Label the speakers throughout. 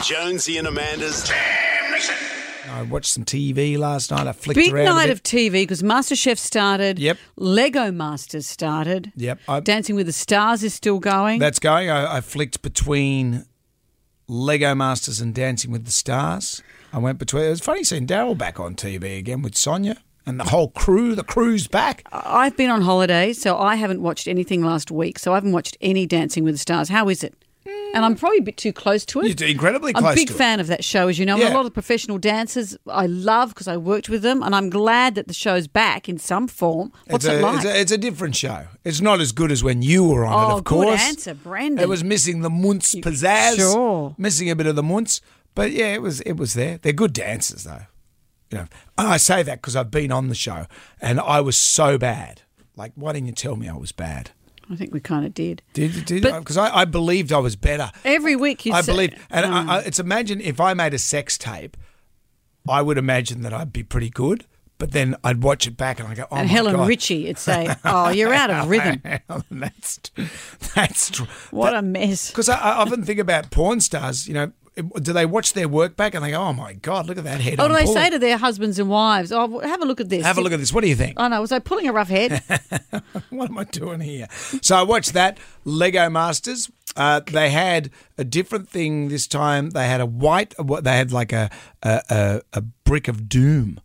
Speaker 1: Jonesy and Amanda's
Speaker 2: I watched some TV last night. I flicked
Speaker 3: Big
Speaker 2: around. a
Speaker 3: night
Speaker 2: bit.
Speaker 3: of TV because MasterChef started.
Speaker 2: Yep.
Speaker 3: Lego Masters started.
Speaker 2: Yep, I-
Speaker 3: Dancing with the Stars is still going.
Speaker 2: That's going. I, I flicked between Lego Masters and Dancing with the Stars. I went between. It was funny seeing Daryl back on TV again with Sonia and the whole crew. The crew's back.
Speaker 3: I've been on holiday, so I haven't watched anything last week. So I haven't watched any Dancing with the Stars. How is it? And I'm probably a bit too close to it.
Speaker 2: Mm. You're incredibly
Speaker 3: I'm a
Speaker 2: close
Speaker 3: big
Speaker 2: to it.
Speaker 3: fan of that show, as you know. And
Speaker 2: Yeah.
Speaker 3: a lot of professional dancers I love because I worked with them, and I'm glad that the show's back in some form. What's
Speaker 2: it's a,
Speaker 3: it like?
Speaker 2: It's a, it's a different show. It's not as good as when you were on
Speaker 3: oh,
Speaker 2: it, of course.
Speaker 3: good answer, Brandon.
Speaker 2: It was missing the Munts pizzazz.
Speaker 3: sure.
Speaker 2: Missing a bit of the Munts. But yeah, it was it was there. They're good dancers though. You know, and I say that because I've been on the show and I was so bad. Like, why didn't you tell me I was bad?
Speaker 3: I think we kind of did.
Speaker 2: Did did
Speaker 3: But-
Speaker 2: because I, I believed I was better.
Speaker 3: Every week you hmm.
Speaker 2: I
Speaker 3: say-
Speaker 2: believe, and I, I, it's imagine if I made a sex tape, I would imagine that I'd be pretty good. But then I'd watch it back and I go, oh
Speaker 3: and
Speaker 2: my
Speaker 3: Helen
Speaker 2: God.
Speaker 3: Ritchie, it'd say, "Oh, you're out of rhythm.
Speaker 2: that's that's tr-
Speaker 3: What a mess."
Speaker 2: Because I, I often think about porn stars. You know, do they watch their work back and they go, "Oh my god, look at that head"?
Speaker 3: Or
Speaker 2: on
Speaker 3: Oh, do they
Speaker 2: board.
Speaker 3: say to their husbands and wives, "Oh, w- have a look at this.
Speaker 2: Have a look at this. What do you think?
Speaker 3: I know. Was I pulling a rough head?
Speaker 2: What am I doing here? So I watched that Lego Masters. Uh, they had a different thing this time. They had a white. uh, what- They had like a a, a, a brick of doom.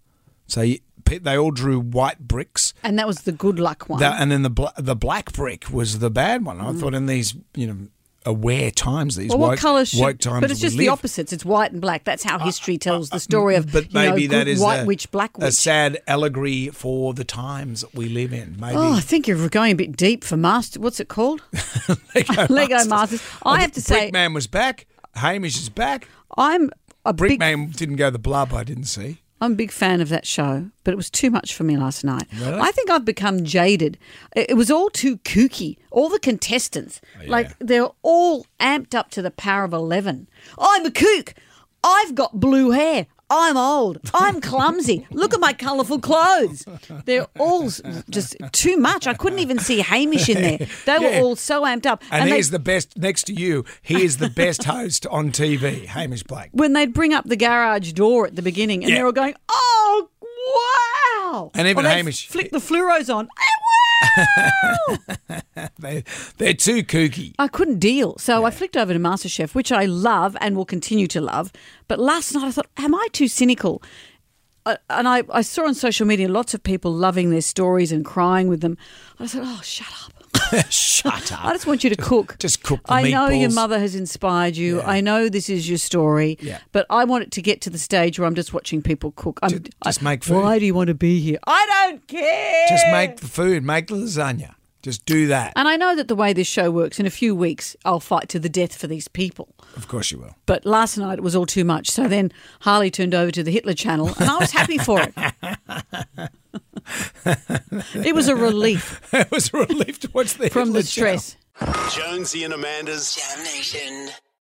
Speaker 2: So you, pe- they all drew white bricks.
Speaker 3: and that was the good luck one.
Speaker 2: That, and then the bla the black brick was the bad one. I thought in these you know aware times these
Speaker 3: Mm. well,
Speaker 2: woke,
Speaker 3: what colours should?
Speaker 2: woke times
Speaker 3: but
Speaker 2: we
Speaker 3: it's just
Speaker 2: live.
Speaker 3: the opposites. It's white and black. That's how history tells the story of
Speaker 2: uh, but
Speaker 3: you know,
Speaker 2: maybe that
Speaker 3: good
Speaker 2: is
Speaker 3: white
Speaker 2: a,
Speaker 3: witch, black
Speaker 2: a
Speaker 3: witch.
Speaker 2: sad allegory for the times that we live in. Maybe
Speaker 3: Oh, I think you're going a bit deep for master. What's it called? Lego, Masters. I have to say,
Speaker 2: Oh, Brickman was back. Hamish is back.
Speaker 3: I'm a big,
Speaker 2: Brickman didn't go the blub. I didn't see.
Speaker 3: I'm a big fan of that show, but it was too much for me last night. I think I've become jaded. It it was all too kooky. All the contestants,
Speaker 2: Oh,
Speaker 3: like they're all amped up to the power of eleven. I'm a kook. I've got blue hair. I'm old. I'm clumsy. Look at my colourful clothes. They're all s- just too much. I couldn't even see Hamish in there. They
Speaker 2: Yeah.
Speaker 3: were all so amped up.
Speaker 2: And,
Speaker 3: they-
Speaker 2: he's the best. Next to you, he is the best host on TV. Hamish Blake.
Speaker 3: when they'd bring up the garage door at the beginning and
Speaker 2: Yeah.
Speaker 3: they're all going, oh, wow.
Speaker 2: And even
Speaker 3: Or they'd
Speaker 2: Hamish-
Speaker 3: Flick the fluoros on. "Oh, wow."
Speaker 2: They, they're too kooky.
Speaker 3: I couldn't deal. So I flicked over to MasterChef, which I love and will continue to love. But last night I thought, am I too cynical? Uh, and I, I saw on social media lots of people loving their stories and crying with them. And I said, oh, shut up.
Speaker 2: Shut up.
Speaker 3: I just want you to cook.
Speaker 2: just cook the
Speaker 3: I know your
Speaker 2: meatballs.
Speaker 3: mother has inspired you. I know this is your story.
Speaker 2: Yeah.
Speaker 3: But I want it to get to the stage where I'm just watching people cook. I'm,
Speaker 2: Ju- just
Speaker 3: I-
Speaker 2: make food.
Speaker 3: Why do you want to be here? I don't care.
Speaker 2: Just make the food. Make the lasagna. Just do that.
Speaker 3: And I know that the way this show works, in a few weeks, I'll fight to the death for these people.
Speaker 2: Of course you will.
Speaker 3: But last night it was all too much. So then Harley turned over to the Hitler channel, and I was happy for it. it was a relief
Speaker 2: it was a relief to watch the
Speaker 3: from
Speaker 2: Hitler
Speaker 3: the
Speaker 2: Channel.
Speaker 3: stress.
Speaker 1: Jonesy and Amanda's
Speaker 4: Damnation.